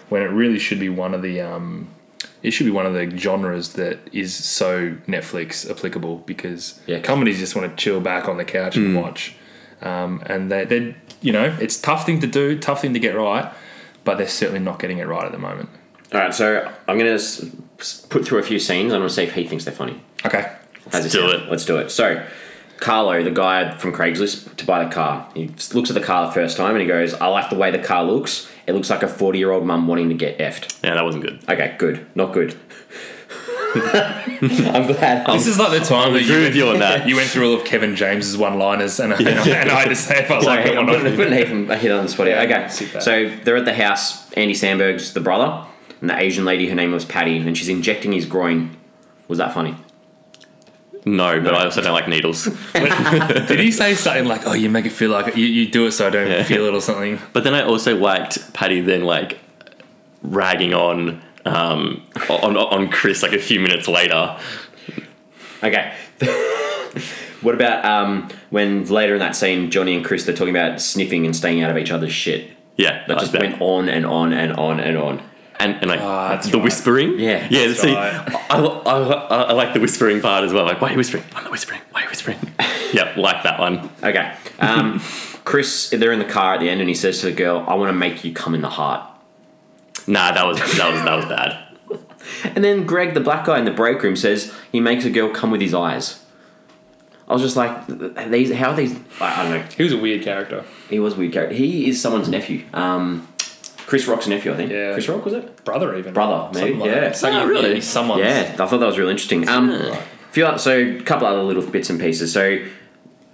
Speaker 3: when it really should be one of the um, it should be one of the genres that is so Netflix applicable because
Speaker 1: Yeah.
Speaker 3: comedies just want to chill back on the couch and watch. Um, and they they you know it's a tough thing to do, tough thing to get right, but they're certainly not getting it right at the moment.
Speaker 1: All right, so I'm going to put through a few scenes. I'm going to see if he thinks they're funny.
Speaker 3: Okay,
Speaker 1: How's
Speaker 2: do
Speaker 1: sound?
Speaker 2: it.
Speaker 1: Let's do it. So, Carlo, the guy from Craigslist to buy the car, he looks at the car the first time and he goes, I like the way the car looks. It looks like a 40 year old mum wanting to get effed.
Speaker 2: Yeah, that wasn't good.
Speaker 1: Okay, good. Not good. I'm glad.
Speaker 3: this is like the time that
Speaker 2: Agree
Speaker 3: you,
Speaker 2: with you on that.
Speaker 3: you went through all of Kevin James's one-liners, and, and I had to say if I was like
Speaker 1: Sorry,
Speaker 3: it or
Speaker 1: I'm
Speaker 3: not.
Speaker 1: putting, putting Ethan- Ethan on the spot here.
Speaker 3: Yeah,
Speaker 1: Okay,
Speaker 3: sit back.
Speaker 1: so they're at the house. Andy Sandberg's the brother, and the Asian lady, her name was Patty, and she's injecting his groin. Was that funny?
Speaker 2: No, but I also don't like needles.
Speaker 3: Did he say something like, "Oh, you make it feel like it. You, you do it so I don't
Speaker 2: Yeah.
Speaker 3: feel it" or something?
Speaker 2: But then I also liked Patty then like ragging on um, on on Chris like a few minutes later.
Speaker 1: Okay. what about um, when later in that scene, Johnny and Chris they're talking about sniffing and staying out of each other's shit?
Speaker 2: Yeah,
Speaker 1: That
Speaker 2: like
Speaker 1: just went on and on and on and on.
Speaker 2: and and like
Speaker 3: Ah, that's
Speaker 2: the
Speaker 3: right.
Speaker 2: whispering.
Speaker 1: Yeah,
Speaker 2: yeah.
Speaker 3: that's
Speaker 2: See,
Speaker 3: right.
Speaker 2: I, I, I, I like the whispering part as well. Like, why are you whispering? I'm not whispering. Why are you whispering? yep, like that one.
Speaker 1: Okay. Um, Chris, they're in the car at the end, and he says to the girl, "I want to make you come in the heart."
Speaker 2: Nah, that was that was that was bad.
Speaker 1: And then Greg, the black guy in the break room, says he makes a girl come with his eyes. I was just like, these how are these? I I don't know.
Speaker 3: He was a weird character.
Speaker 1: He was a weird character. He is someone's nephew. Um, Chris Rock's nephew, I think.
Speaker 3: Yeah.
Speaker 1: Chris Rock was it?
Speaker 3: Brother, even
Speaker 1: Brother, maybe,
Speaker 3: Something like
Speaker 1: yeah.
Speaker 3: that. So
Speaker 2: Oh,
Speaker 3: you-
Speaker 2: really?
Speaker 3: you- Someone's
Speaker 1: Yeah, I thought that was really interesting. Um, few oth- so a couple other little bits and pieces. So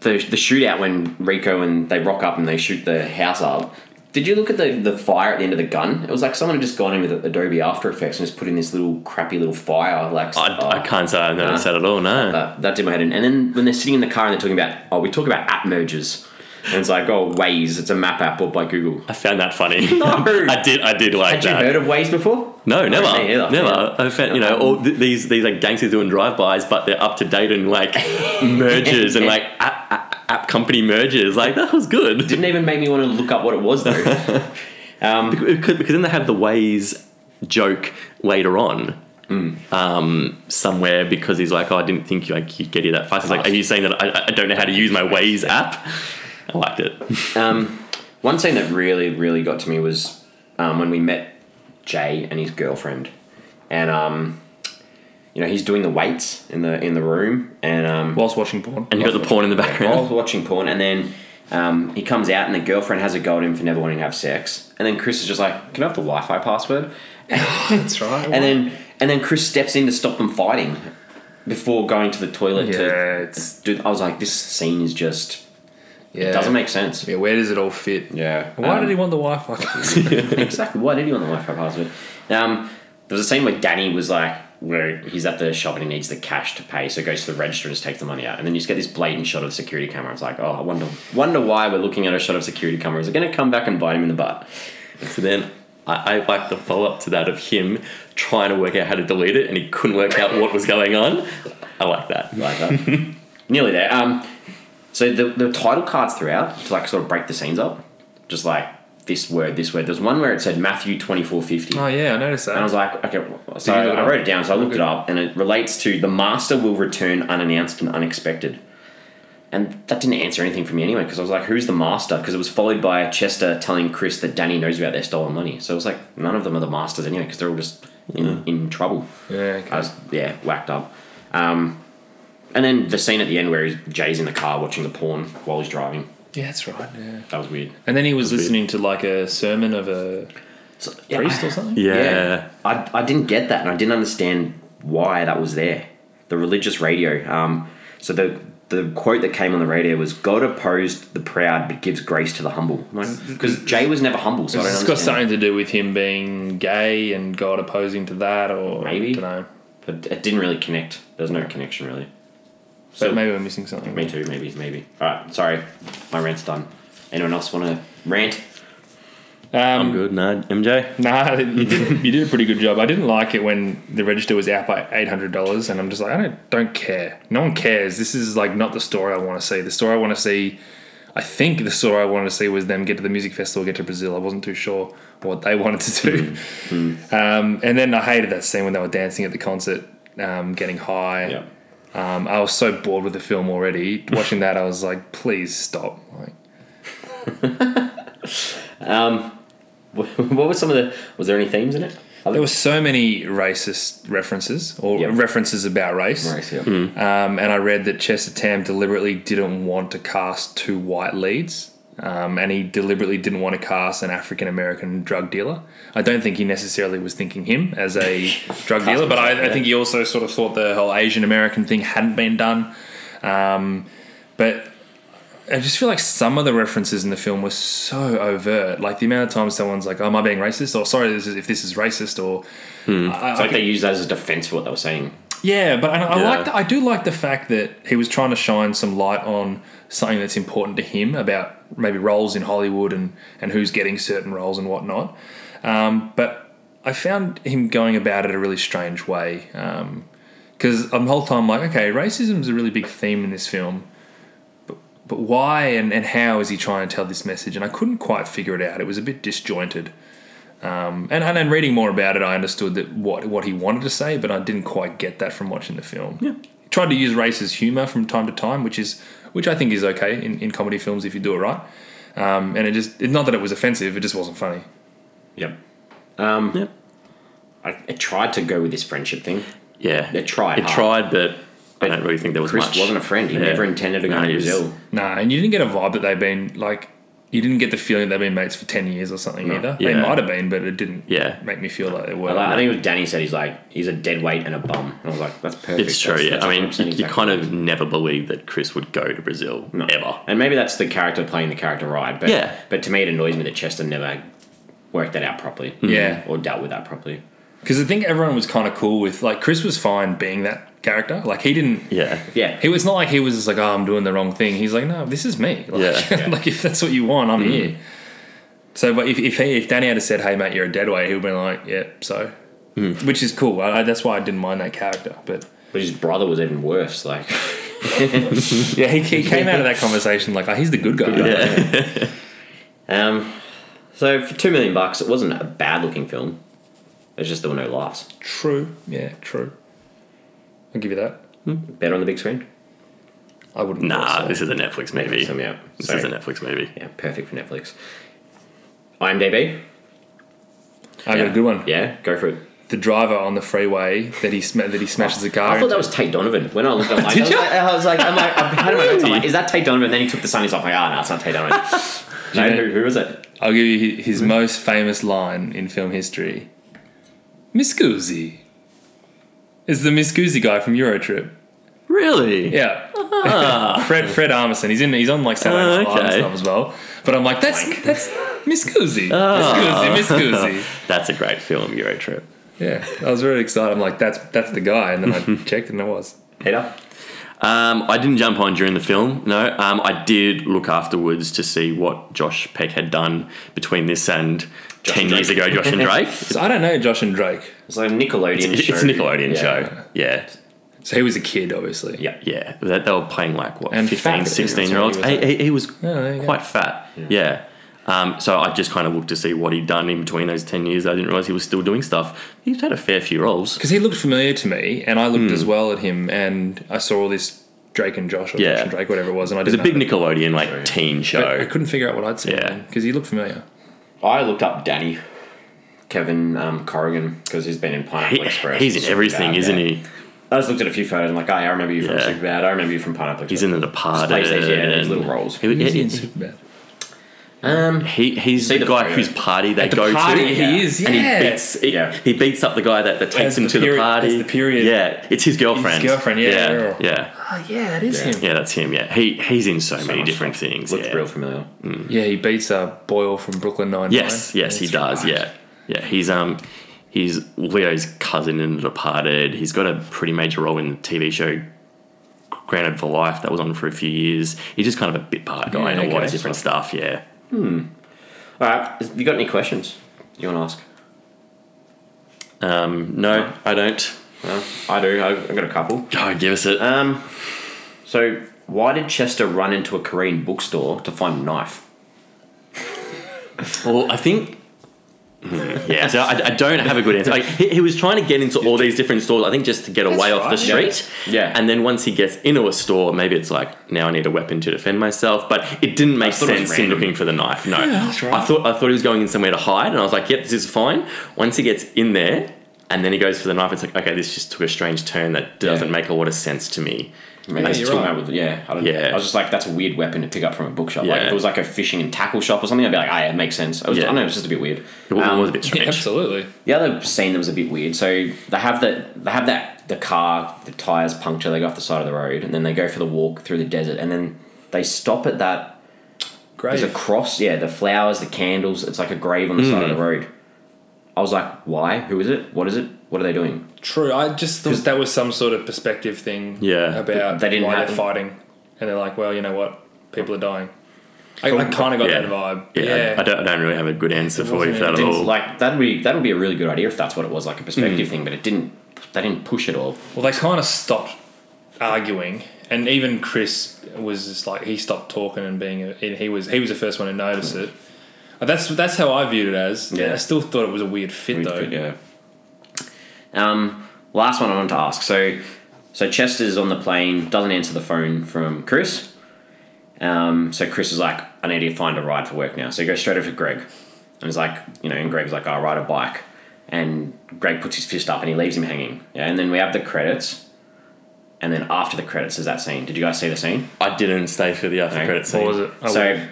Speaker 1: the the shootout when Rico and they rock up and they shoot the house up. Did you look at the, the fire at the end of the gun? It was like someone had just gone in with Adobe After Effects and just put in this little crappy little fire. Like
Speaker 2: I,
Speaker 1: oh.
Speaker 2: I can't say I noticed that at all. No.
Speaker 1: Uh, that did my head in. And then when they're sitting in the car and they're talking about, oh, we talk about app mergers. And it's like, oh, Waze, it's a map app bought by Google.
Speaker 2: I found that funny.
Speaker 1: No.
Speaker 2: I did. I did like
Speaker 1: Had you
Speaker 2: that.
Speaker 1: heard of Waze before?
Speaker 2: no, never,
Speaker 1: Me either.
Speaker 2: never. I found you know all th- these these like gangsters doing drive bys, but they're up to date and like mergers and like app, app, app company mergers. Like that was good.
Speaker 1: Didn't even make me want to look up what it was though.
Speaker 2: It could- because then they have the ways joke later on um, somewhere because he's like, "Oh, I didn't think you like you'd get here that fast." He's like, "Are you saying that I, I don't know how to use my Waze app?" I liked it.
Speaker 1: One scene that really, really got to me was um, when we met Jay and his girlfriend, and um, you know he's doing the weights in the in the room, and um,
Speaker 3: whilst watching porn.
Speaker 2: And you got the porn in the
Speaker 1: while I was
Speaker 2: background.
Speaker 1: watching porn, and then um, he comes out, and the girlfriend has a go at him for never wanting to have sex. And then Chris is just like, "Can I have the Wi-Fi password?"
Speaker 3: That's right.
Speaker 1: And then and then Chris steps in to stop them fighting before going to the toilet.
Speaker 3: yeah,
Speaker 1: To,
Speaker 3: it's
Speaker 1: dude, I was like, this scene is just
Speaker 3: yeah.
Speaker 1: it doesn't make sense.
Speaker 3: Yeah, where does it all fit?
Speaker 1: Yeah.
Speaker 3: Why
Speaker 1: Um,
Speaker 3: did he want the Wi-Fi?
Speaker 1: exactly. Why did he want the Wi-Fi password? Um, there was a scene where Danny was like, where he's at the shop and he needs the cash to pay, so he goes to the register and just takes the money out. And then you just get this blatant shot of security camera. It's like, oh, I wonder, wonder why we're looking at a shot of security camera. Is it going to come back and bite him in the butt?
Speaker 2: so then I, I like the follow up to that of him trying to work out how to delete it, and he couldn't work out what was going on. I like that.
Speaker 1: Like that. Nearly there. Um, so the, the title cards throughout to like sort of break the scenes up, just like this word, this word. There's one where it said Matthew twenty four fifty.
Speaker 3: oh yeah, I noticed that.
Speaker 1: And I was like, okay, well, so
Speaker 3: Did you look it
Speaker 1: I
Speaker 3: up?
Speaker 1: wrote it down, so I looked it up, and it relates to the master will return unannounced and unexpected. And that didn't answer anything for me anyway, because I was like, who's the master? Because it was followed by Chester telling Chris that Danny knows about their stolen money. So it was like, none of them are the masters anyway, because they're all just in, in trouble.
Speaker 3: yeah,
Speaker 1: I
Speaker 3: okay.
Speaker 1: was, yeah, whacked up. Um, and then the scene at the end where he's, Jay's in the car watching the porn while he's driving.
Speaker 3: yeah, that's right. Yeah.
Speaker 1: That was weird.
Speaker 3: And then he was listening to like a sermon of a
Speaker 1: So, yeah,
Speaker 3: priest
Speaker 1: I-
Speaker 3: or something.
Speaker 2: Yeah.
Speaker 1: I, I didn't get that and I didn't understand why that was there. The religious radio. Um, so the the quote that came on the radio was God opposed the proud but gives grace to the humble. Because Jay was never humble, so I don't
Speaker 3: Mm-hmm. It's got
Speaker 1: understand.
Speaker 3: something to do with him being gay and God opposing to that, or
Speaker 1: Maybe.
Speaker 3: I don't know.
Speaker 1: But it didn't really connect. There's no connection really.
Speaker 3: So maybe we're missing something.
Speaker 1: Me too, maybe, maybe. Alright, sorry. My rant's done. Anyone else wanna rant?
Speaker 2: I'm
Speaker 3: Um,
Speaker 2: good, no, MJ.
Speaker 3: nah, you did, you did a pretty good job. I didn't like it when the register was out by eight hundred dollars, and I'm just like, I don't don't care. No one cares. This is like not the story I want to see. The story I want to see. I think the story I wanted to see was them get to the music festival, get to Brazil. I wasn't too sure what they wanted to do. Um, and then I hated that scene when they were dancing at the concert, um, getting high.
Speaker 1: Yeah.
Speaker 3: Um, I was so bored with the film already. Watching that, I was like, please stop. Like,
Speaker 1: What were some of the was there any themes in it?
Speaker 3: there were so many racist references or
Speaker 1: Yep.
Speaker 3: references about race.
Speaker 1: Race, yeah.
Speaker 3: Um, and I read that Chester Tam deliberately didn't want to cast two white leads. Um, and he deliberately didn't want to cast an African American drug dealer. I don't think he necessarily was thinking him as a drug dealer, but I, I think he also sort of thought the whole Asian American thing hadn't been done. Um, but I just feel like some of the references in the film were so overt. Like the amount of times someone's like, oh, "Am I being racist?" or "Sorry, this is, if this is racist," or I- I-
Speaker 1: It's like they used that as a defense for what they were saying.
Speaker 3: yeah, but I, I
Speaker 2: Yeah.
Speaker 3: like the, I do like the fact that he was trying to shine some light on something that's important to him about maybe roles in Hollywood and and who's getting certain roles and whatnot. Um, but I found him going about it a really strange way because I'm the whole time like, okay, racism is a really big theme in this film. but- But why and, and how is he trying to tell this message? And I couldn't quite figure it out. It was a bit disjointed. Um, and, and then reading more about it, I understood that what what he wanted to say, but I didn't quite get that from watching the film. Yeah, he tried to use race as humor from time to time, which is which I think is okay in, in comedy films if you do it right. Um, and it just it's not that it was offensive; it just wasn't funny.
Speaker 1: Yep.
Speaker 2: Yep.
Speaker 1: Um, I, it tried to go with this friendship thing.
Speaker 2: Yeah.
Speaker 1: It tried
Speaker 2: It
Speaker 1: hard.
Speaker 2: tried, but I don't really think there was
Speaker 1: Chris
Speaker 2: much.
Speaker 1: wasn't a friend. He
Speaker 2: Yeah.
Speaker 1: never intended to go
Speaker 2: No,
Speaker 1: to
Speaker 2: he was-
Speaker 1: Brazil.
Speaker 3: Nah, and you didn't get a vibe that they've been like you didn't get the feeling they've been mates for ten years or something either. They
Speaker 2: Yeah.
Speaker 3: might have been, but it didn't
Speaker 2: Yeah.
Speaker 3: make me feel like they were.
Speaker 1: Well, I think it was Danny said he's like he's a dead weight and a bum, and I was like, that's perfect.
Speaker 2: It's true,
Speaker 1: That's-
Speaker 2: yeah.
Speaker 1: that's
Speaker 2: I mean,
Speaker 1: 100%
Speaker 2: you, you
Speaker 1: exactly
Speaker 2: kind
Speaker 1: right.
Speaker 2: of never believed that Chris would go to Brazil
Speaker 1: No.
Speaker 2: ever.
Speaker 1: and maybe that's the character playing the character right. But
Speaker 2: Yeah.
Speaker 1: but to me, it annoys me that Chester never worked that out properly.
Speaker 2: Hmm.
Speaker 3: Yeah.
Speaker 1: or dealt with that properly.
Speaker 3: because I think everyone was kind of cool with like Chris was fine being that character. Like he didn't
Speaker 2: Yeah.
Speaker 1: Yeah,
Speaker 3: He was not like he was just like, oh, I'm doing the wrong thing. He's like, no, this is me. Like,
Speaker 2: Yeah.
Speaker 3: like if that's what you want, I'm here. So, but if if, he, if Danny had have said, hey, mate, you're a dead weight, he would have been like, yeah, so. Which is cool. I, I, that's why I didn't mind that character. But
Speaker 1: but his brother was even worse. Like,
Speaker 3: yeah, he, he came out of that conversation like, oh, he's the good guy.
Speaker 2: Yeah.
Speaker 1: um, so for two million bucks, it wasn't a bad looking film. It's just there were no laughs.
Speaker 3: True. Yeah, true. I'll give you that.
Speaker 1: Better on the big screen.
Speaker 3: I wouldn't.
Speaker 2: Nah,
Speaker 3: also.
Speaker 2: this is a Netflix movie.
Speaker 1: So yeah,
Speaker 2: This
Speaker 1: so,
Speaker 2: is a Netflix movie.
Speaker 1: yeah, perfect for Netflix. IMDb,
Speaker 3: I got a good one.
Speaker 1: yeah, go for it.
Speaker 3: The driver on the freeway that he sma- that he smashes the car.
Speaker 1: I thought
Speaker 3: into.
Speaker 1: that was Tate Donovan. When I looked up, like, I,
Speaker 3: Did
Speaker 1: was
Speaker 3: you?
Speaker 1: like, I was like, I'm like, I've had in my notes, I'm like, is that Tate Donovan? then he took the sunnies off. I'm like, ah, no, it's not Tate Donovan. no, who, who is it?
Speaker 3: I'll give you hi- his most famous line in film history. Miss Guzzi. It's the Miss Guzzi guy from Eurotrip.
Speaker 2: Really?
Speaker 3: Yeah. Fred Fred Armisen. He's in he's on like Saturday Night
Speaker 2: Ah. Oh,
Speaker 3: Live
Speaker 2: okay.
Speaker 3: and stuff as well. But I'm like, that's that's Miss Guzzi.
Speaker 2: Ah.
Speaker 3: Miss Guzzi, Miss Guzzi.
Speaker 2: That's a great film, Eurotrip.
Speaker 3: Yeah. I was really excited. I'm like, that's that's the guy. And then I checked and it was.
Speaker 1: Hater?
Speaker 2: Um, I didn't jump on during the film, no. Um, I did look afterwards to see what Josh Peck had done between this and 10
Speaker 1: and
Speaker 2: years
Speaker 1: Drake.
Speaker 2: ago, Josh and Drake.
Speaker 3: So I don't know Josh and Drake.
Speaker 1: It's like a Nickelodeon
Speaker 2: it's
Speaker 1: show.
Speaker 2: a
Speaker 1: Yeah.
Speaker 2: Nickelodeon show. Yeah.
Speaker 3: So he was a kid, obviously.
Speaker 1: Yeah.
Speaker 2: Yeah, that they were playing like what
Speaker 3: And
Speaker 2: 15,
Speaker 3: fat.
Speaker 2: 16 year olds.
Speaker 1: That's what he
Speaker 2: He,
Speaker 1: was
Speaker 2: he, he was
Speaker 3: there you go.
Speaker 2: quite fat. Yeah. Um, so I just kind of looked to see what he'd done in between those 10 years. I didn't realize he was still doing stuff. He's had a fair few roles.
Speaker 3: Because he looked familiar to me, and I
Speaker 2: Hmm.
Speaker 3: looked as well at him, and I saw all this Drake and Josh or
Speaker 2: Yeah.
Speaker 3: Josh and Drake, whatever it was, and I
Speaker 2: It was
Speaker 3: didn't
Speaker 2: a big
Speaker 3: know.
Speaker 2: Nickelodeon like teen
Speaker 3: But I
Speaker 2: show.
Speaker 3: couldn't figure out what I'd seen
Speaker 2: Yeah.
Speaker 3: because he looked familiar.
Speaker 1: I looked up Danny, Kevin um, Corrigan, because he's been in Pineapple
Speaker 2: He-
Speaker 1: Express.
Speaker 2: he's
Speaker 1: and
Speaker 2: in everything,
Speaker 1: Superbad,
Speaker 2: isn't
Speaker 1: yeah.
Speaker 2: he?
Speaker 1: I just looked at a few photos and like, oh, yeah, I remember you from
Speaker 2: Yeah.
Speaker 1: Superbad. I remember you from Pineapple Express.
Speaker 2: He's in The Departed.
Speaker 1: PlayStation, yeah, these
Speaker 2: and-
Speaker 1: little roles.
Speaker 2: He-
Speaker 3: He's
Speaker 2: he-
Speaker 3: in Superbad.
Speaker 1: um,
Speaker 2: he- he's
Speaker 1: See
Speaker 2: the,
Speaker 1: the
Speaker 2: guy
Speaker 1: photo.
Speaker 2: whose party they
Speaker 3: At the
Speaker 2: go
Speaker 3: party,
Speaker 2: to.
Speaker 1: yeah.
Speaker 3: he is, yeah.
Speaker 2: And he beats, he,
Speaker 1: Yeah.
Speaker 2: he beats up the guy that, that takes
Speaker 3: As
Speaker 2: him
Speaker 3: the
Speaker 2: to
Speaker 3: period-
Speaker 2: the party.
Speaker 3: as the period-
Speaker 2: Yeah, it's his girlfriend.
Speaker 3: girlfriend, yeah, yeah.
Speaker 2: yeah, yeah.
Speaker 3: Oh, yeah, that is
Speaker 1: Yeah.
Speaker 3: him.
Speaker 2: Yeah, that's him. Yeah, he he's in so, many
Speaker 1: much
Speaker 2: different
Speaker 1: stuff.
Speaker 2: things.
Speaker 1: Looked
Speaker 2: yeah.
Speaker 1: real familiar.
Speaker 3: Yeah, he beats uh, Boyle from Brooklyn Nine.
Speaker 2: Yes, yes, he does. Yeah, yeah. He's um, He's Leo's cousin in The Departed. He's got a pretty major role in the TV show Granted for Life that was on for a few years. He's just kind of a bit part guy in a
Speaker 3: Yeah,
Speaker 2: lot
Speaker 3: okay.
Speaker 2: of different stuff. Yeah.
Speaker 1: All right. Have you got any questions you want to ask?
Speaker 2: Um, no, I don't.
Speaker 1: No? I do. I've I've got a couple.
Speaker 2: Oh, give us it.
Speaker 1: Um, so why did Chester run into a Korean bookstore to find a knife?
Speaker 2: Well, I think.
Speaker 3: Mm-hmm.
Speaker 2: Yeah, so I, I don't have a good answer. Like, he, he was trying to get into all these different stores, I think, just to get away off the
Speaker 3: right, yeah.
Speaker 2: street.
Speaker 1: Yeah.
Speaker 2: And then once he gets into a store, maybe it's like, now I need a weapon to defend myself. But it didn't make
Speaker 1: thought it was
Speaker 2: sense him
Speaker 1: random.
Speaker 2: looking for the knife. No.
Speaker 3: right.
Speaker 2: I thought I thought he was going in somewhere to hide, and I was like, yep, this is fine. Once he gets in there, and then he goes for the knife, it's like, okay, this just took a strange turn that doesn't make a lot of sense to me.
Speaker 1: Maybe
Speaker 3: Yeah,
Speaker 1: it's
Speaker 3: you're
Speaker 1: talking
Speaker 3: right.
Speaker 1: about with- yeah, I don't,
Speaker 2: Yeah.
Speaker 1: I was just like, that's a weird weapon to pick up from a bookshop. Like
Speaker 2: Yeah.
Speaker 1: if it was like a fishing and tackle shop or something, I'd be like, ah, yeah, it makes sense. I, was, I
Speaker 2: Yeah.
Speaker 1: don't know, it's just a bit weird.
Speaker 2: It was
Speaker 1: Um,
Speaker 2: a bit
Speaker 3: Yeah,
Speaker 2: strange.
Speaker 3: absolutely.
Speaker 1: The other scene that was a bit weird. So they have the they have that the car, the tires puncture. They go off the side of the road, and then they go for the walk through the desert, and then they stop at that.
Speaker 3: Great.
Speaker 1: There's a cross. Yeah, the flowers, the candles. It's like a grave on the side of
Speaker 2: Hmm.
Speaker 1: the road. I was like, why? Who is it? What is it? What are they doing?
Speaker 3: True. I just thought that was some sort of perspective thing.
Speaker 2: Yeah.
Speaker 3: About
Speaker 1: They didn't
Speaker 3: why
Speaker 1: have
Speaker 3: they're
Speaker 1: them.
Speaker 3: fighting, and they're like, well, you know what, people are dying. I, I kind of got
Speaker 2: Yeah.
Speaker 3: that vibe.
Speaker 2: Yeah, I-
Speaker 3: Yeah.
Speaker 2: I, don't, I don't really have a good answer for you for
Speaker 3: wasn't
Speaker 2: that at
Speaker 3: anything
Speaker 2: all.
Speaker 1: Like that'd be that'd be a really good idea if that's what it was, like a perspective thing. But it didn't. They didn't push it all.
Speaker 3: Well, they kind of stopped arguing, and even Chris was just like he stopped talking and being. A, and he was he was the first one to notice it. Uh, That's that's how I viewed it as.
Speaker 1: Yeah.
Speaker 3: Yeah. I still thought it was a weird fit
Speaker 1: Weird
Speaker 3: though.
Speaker 1: fit, yeah. Um, last one I wanted to ask. So, so Chester's on the plane, doesn't answer the phone from Chris. Um, so Chris is like, I need to find a ride for work now. So he goes straight over to Greg, and he's like, you know, and Greg's like, I'll ride a bike. And Greg puts his fist up and he leaves him hanging. Yeah, and then we have the credits. And then after the credits is that scene. Did you guys see the scene?
Speaker 2: I didn't stay for the after
Speaker 1: No.
Speaker 2: credit scene.
Speaker 3: What was it? I would've-
Speaker 1: so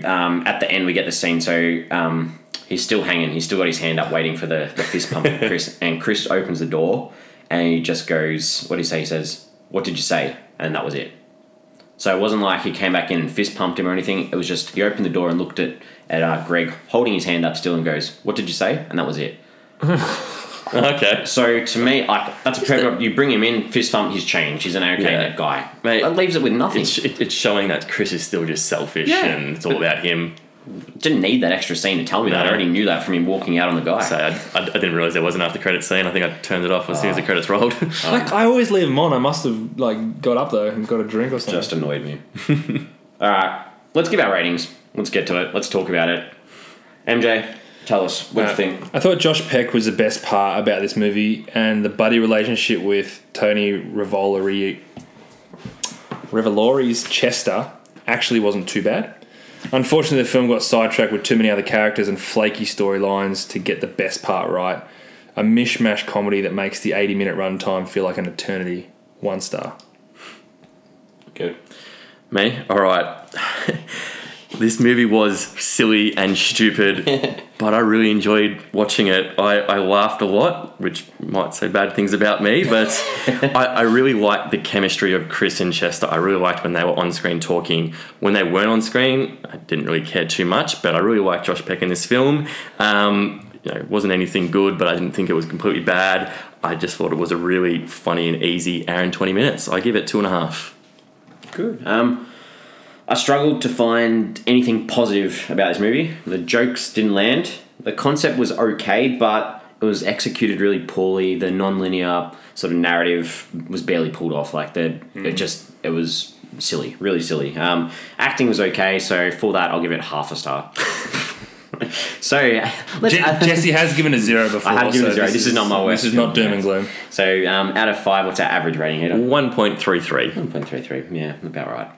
Speaker 1: so um, at the end we get the scene so um, he's still hanging he's still got his hand up waiting for the, the fist pump of chris and chris opens the door and he just goes what did he say he says what did you say and that was it so it wasn't like he came back in and fist pumped him or anything it was just he opened the door and looked at, at uh, greg holding his hand up still and goes what did you say and that was it
Speaker 2: Okay.
Speaker 1: so to me like that's a perfect you bring him in fist pump he's changed he's an okay
Speaker 2: Yeah.
Speaker 1: net guy
Speaker 2: Mate,
Speaker 1: that leaves it with nothing
Speaker 2: It's, it, it's showing that Chris is still just selfish
Speaker 1: Yeah.
Speaker 2: and it's all about him.
Speaker 1: didn't need that extra scene to tell me that i
Speaker 2: No.
Speaker 1: already knew that from him walking out on the guy
Speaker 2: So I, I, I didn't realize there was an after credit scene. I think I turned it off as soon as the credits rolled.
Speaker 3: Like, I always leave them on. I must have like got up though and got a drink or something.
Speaker 1: just annoyed me. All right, let's give our ratings. Let's get to it. Let's talk about it. MJ, tell us
Speaker 3: Uh,
Speaker 1: what do you think.
Speaker 3: I thought Josh Peck was the best part about this movie and the buddy relationship with Tony Rivolari. Rivolari's Chester actually wasn't too bad. Unfortunately, the film got sidetracked with too many other characters and flaky storylines to get the best part right. A mishmash comedy that makes the 80 minute runtime feel like an eternity. One star.
Speaker 1: Good.
Speaker 2: Me? All right. this movie was silly and stupid, but I really enjoyed watching it. I, I laughed a lot, which might say bad things about me, but I, I really liked the chemistry of Chris and Chester. I really liked when they were on screen talking. When they weren't on screen, I didn't really care too much, but I really liked Josh Peck in this film. Um, you know, it wasn't anything good, but I didn't think it was completely bad. I just thought it was a really funny and easy hour and 20 minutes. I give it two and a half.
Speaker 1: Good. Um, I struggled to find anything positive about this movie. The jokes didn't land. The concept was okay, but it was executed really poorly. The non-linear sort of narrative was barely pulled off. Like the it just it was silly, really silly. Um, acting was okay, so for that I'll give it half a star. so let's
Speaker 3: Je- Jesse has given a zero before.
Speaker 1: have given a zero. This is not my worst
Speaker 3: This is not
Speaker 1: film,
Speaker 3: doom and gloom.
Speaker 1: So um, out of five, what's our average rating here?
Speaker 2: 1.33.
Speaker 1: 1.33. Yeah, about right.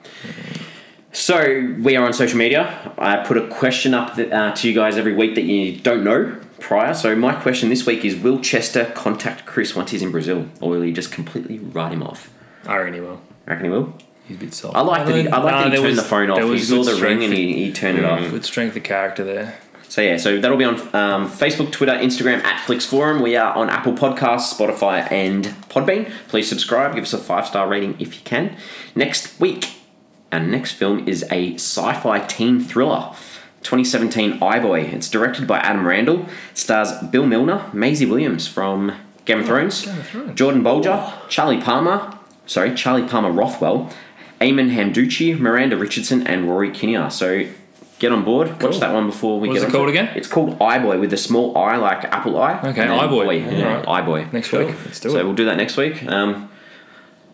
Speaker 1: So we are on social media. I put a question up that, uh, to you guys every week that you don't know prior. So my question this week is: Will Chester contact Chris once he's in Brazil, or will he just completely write him off?
Speaker 3: I reckon he will.
Speaker 1: I reckon he will.
Speaker 3: He's a bit soft.
Speaker 1: I like that. He, I like that
Speaker 3: Nah,
Speaker 1: he
Speaker 3: there
Speaker 1: turned
Speaker 3: was-
Speaker 1: the phone off.
Speaker 3: there
Speaker 1: He
Speaker 3: was
Speaker 1: saw
Speaker 3: good
Speaker 1: the ring
Speaker 3: strength
Speaker 1: and he, he turned it off.
Speaker 3: Good strength of character there.
Speaker 1: So yeah, so that'll be on um, Facebook, Twitter, Instagram at Flix Forum. We are on Apple Podcasts, Spotify, and Podbean. Please subscribe. Give us a five star rating if you can. Next week, our next film is a sci fi teen thriller. 2017 iBoy. It's directed by Adam Randall. It stars Bill Milner, Maisie Williams from Game of Thrones,
Speaker 3: Oh, Game of Thrones.
Speaker 1: Jordan Bolger, Charlie Palmer, sorry, Charlie Palmer Rothwell, Eamon Hamducci, Miranda Richardson, and Rory Kinnear. So get on board. Watch
Speaker 3: Cool.
Speaker 1: that one before we
Speaker 3: What is
Speaker 1: get
Speaker 3: it
Speaker 1: onto
Speaker 3: called again?
Speaker 1: It's called iBoy with a small eye like apple eye.
Speaker 3: Okay,
Speaker 1: and then
Speaker 3: iBoy.
Speaker 1: boy. Yeah,
Speaker 3: Alright.
Speaker 1: iBoy.
Speaker 3: Next week. Let's do
Speaker 1: so
Speaker 3: it.
Speaker 1: we'll do that next week. Um,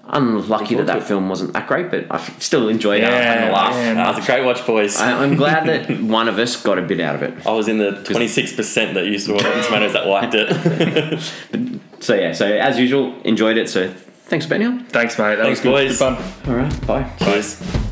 Speaker 1: unlucky that that film wasn't that great, but I still enjoyed it. I had
Speaker 3: Yeah,
Speaker 1: a laugh.
Speaker 3: man.
Speaker 2: That was a great watch, boys.
Speaker 1: I, I'm glad that one of us got a bit out of it.
Speaker 2: I was in the 26% that used Rotten Tomatoes that liked it.
Speaker 1: So yeah, so as usual, enjoyed it. So thanks, Benio.
Speaker 3: Thanks, mate. That
Speaker 2: Thanks,
Speaker 3: was good.
Speaker 2: boys.
Speaker 3: Good fun.
Speaker 1: All right, bye.
Speaker 2: Cheers.